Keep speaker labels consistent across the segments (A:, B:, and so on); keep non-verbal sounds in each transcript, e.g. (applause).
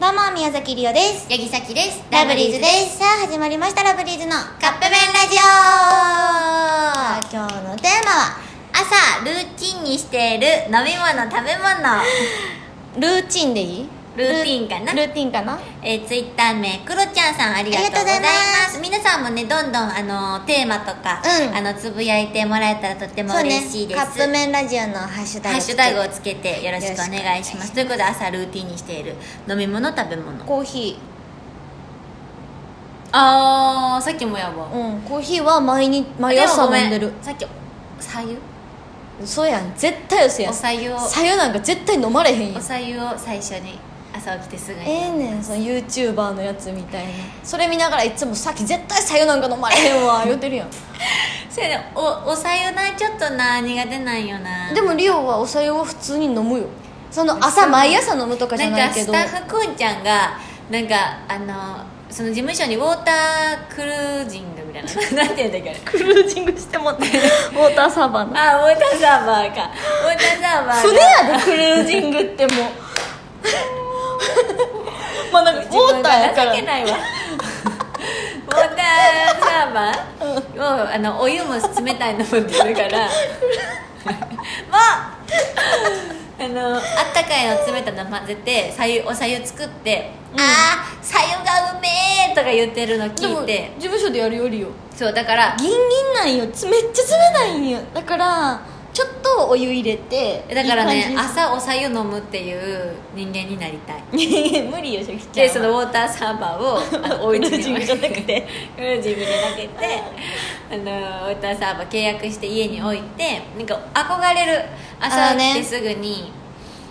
A: どうも宮崎りおです
B: 八木咲です
A: ラブリーズですさあ始まりましたラブリーズの
B: カップ麺ラジ
A: ラジオ今日のテーマは
B: 朝ルーチンにしている飲み物食べ (laughs) 物
A: ルーチンでいい
B: ルーティンかな
A: ルーティンかな
B: えー、ツイッター名クロちゃんさんありがとうございます
A: あ
B: 皆さんもねどんどんあのテーマとか、
A: うん
B: あのつぶやいてもらえたらとっても
A: そうね
B: 嬉しいです、
A: カップ麺ラジオのハッシュタグ
B: ハッシュタグをつけてよろしくお願いしますということで朝ルーティンにしている飲み物食べ物
A: コーヒ
B: あーさっきもやば
A: ーうんコーヒーは毎日毎朝飲んでる
B: さっきさゆ
A: そうやん絶対嘘や
B: お
A: ん
B: さゆを
A: さよなんか絶対飲まれへんや
B: お
A: ん
B: さゆを最初に朝起きてすぐに
A: ええねんその YouTuber のやつみたいなそれ見ながらいつもさっき絶対さよなんか飲まれへんわ言うてるやん
B: それでおおさゆなちょっとな苦手なんよな
A: でもリオはおさゆを普通に飲むよその朝毎朝飲むとかじゃ
B: な
A: なんい
B: か
A: け
B: ス
A: ど
B: タッフくんちゃんがなんかあのその事務所にウォータークルージングみたいな (laughs) なんていうんだっけあれ
A: クルージングして (laughs) もってウォーターサーバーの
B: あウォーターサーバーかウォーターサーバー
A: 船
B: が
A: やでクルージングってもう (laughs) まあなんかウォーターやから
B: 情けないわウォーターサーバーを、あのお湯も冷たいのも出るから
A: (laughs)
B: もうあのあったかいの冷たいの混ぜてさゆおさゆ作って「
A: うん
B: あーさゆがうめえ!」とか言ってるの
A: でも
B: 聞いて
A: 事務所でやるよりよ
B: そうだから
A: ギンギンなんよつめっちゃ冷たいんよだからちょっとお湯入れて
B: だからね
A: いい感じ
B: 朝おさゆ飲むっていう人間になりたい
A: です無理よシャキちゃん
B: で
A: は
B: そのウォーターサーバーを (laughs) あのお家に置い
A: クルージングじゃなくて
B: クルージングじゃなくて (laughs) あのウォーターサーバー契約して家に置いてなんか憧れる朝
A: あーね
B: 起きてすぐに、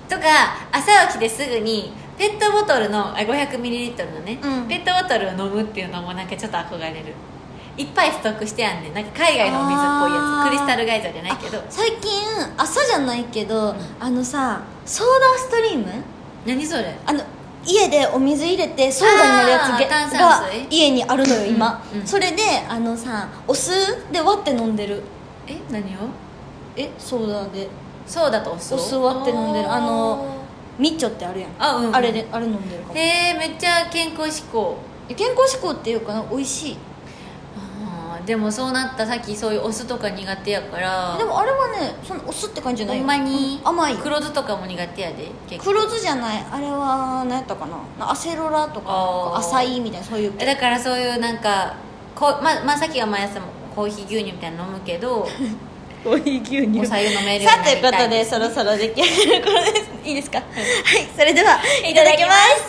B: とか朝起きてすぐにペットボトルのあ 500ml のね、
A: うん
B: ペットボトルを飲むっていうのもなんかちょっと憧れるいっぱいストックしてやんねんなんか海外のお水っぽいや
A: あー
B: つクリスタルガイザーじゃないけど
A: 最近朝じゃないけど、あのさソーダストリーム
B: 何それ
A: あの家でお水入れてソーダになるやつげ
B: あー炭酸
A: が
B: 水
A: 家にあるのよ今、
B: うんうん
A: それであのさお酢で割って飲んでる
B: え何を
A: えソーダで
B: ソーダとお酢を
A: お酢割って飲んでるあのミッチョってあるやん
B: あうん
A: れであれ飲んでるかも
B: へえめっちゃ健康志向
A: 健康志向っていうかな美味しい
B: あーでもそうなったさっきそういうお酢とか苦手やから
A: でもあれはねそのお酢って感じじゃ
B: ほ
A: ないよ
B: んまに
A: うん甘いよ
B: 黒酢とかも苦手やで結構
A: 黒酢じゃないあれは何やったかなアセロラとかなんか
B: あー
A: アサイみたいなそういう
B: えだからそういうなんかこうままあさっきは毎朝もコーヒー牛乳みたいなの飲むけど
A: おい牛
B: おさゆ飲めるよう
A: さあ
B: にな
A: とい
B: り
A: う
B: た
A: こ
B: い
A: とでそろそろ出来上がる頃ですいいですかはい、それではいただきます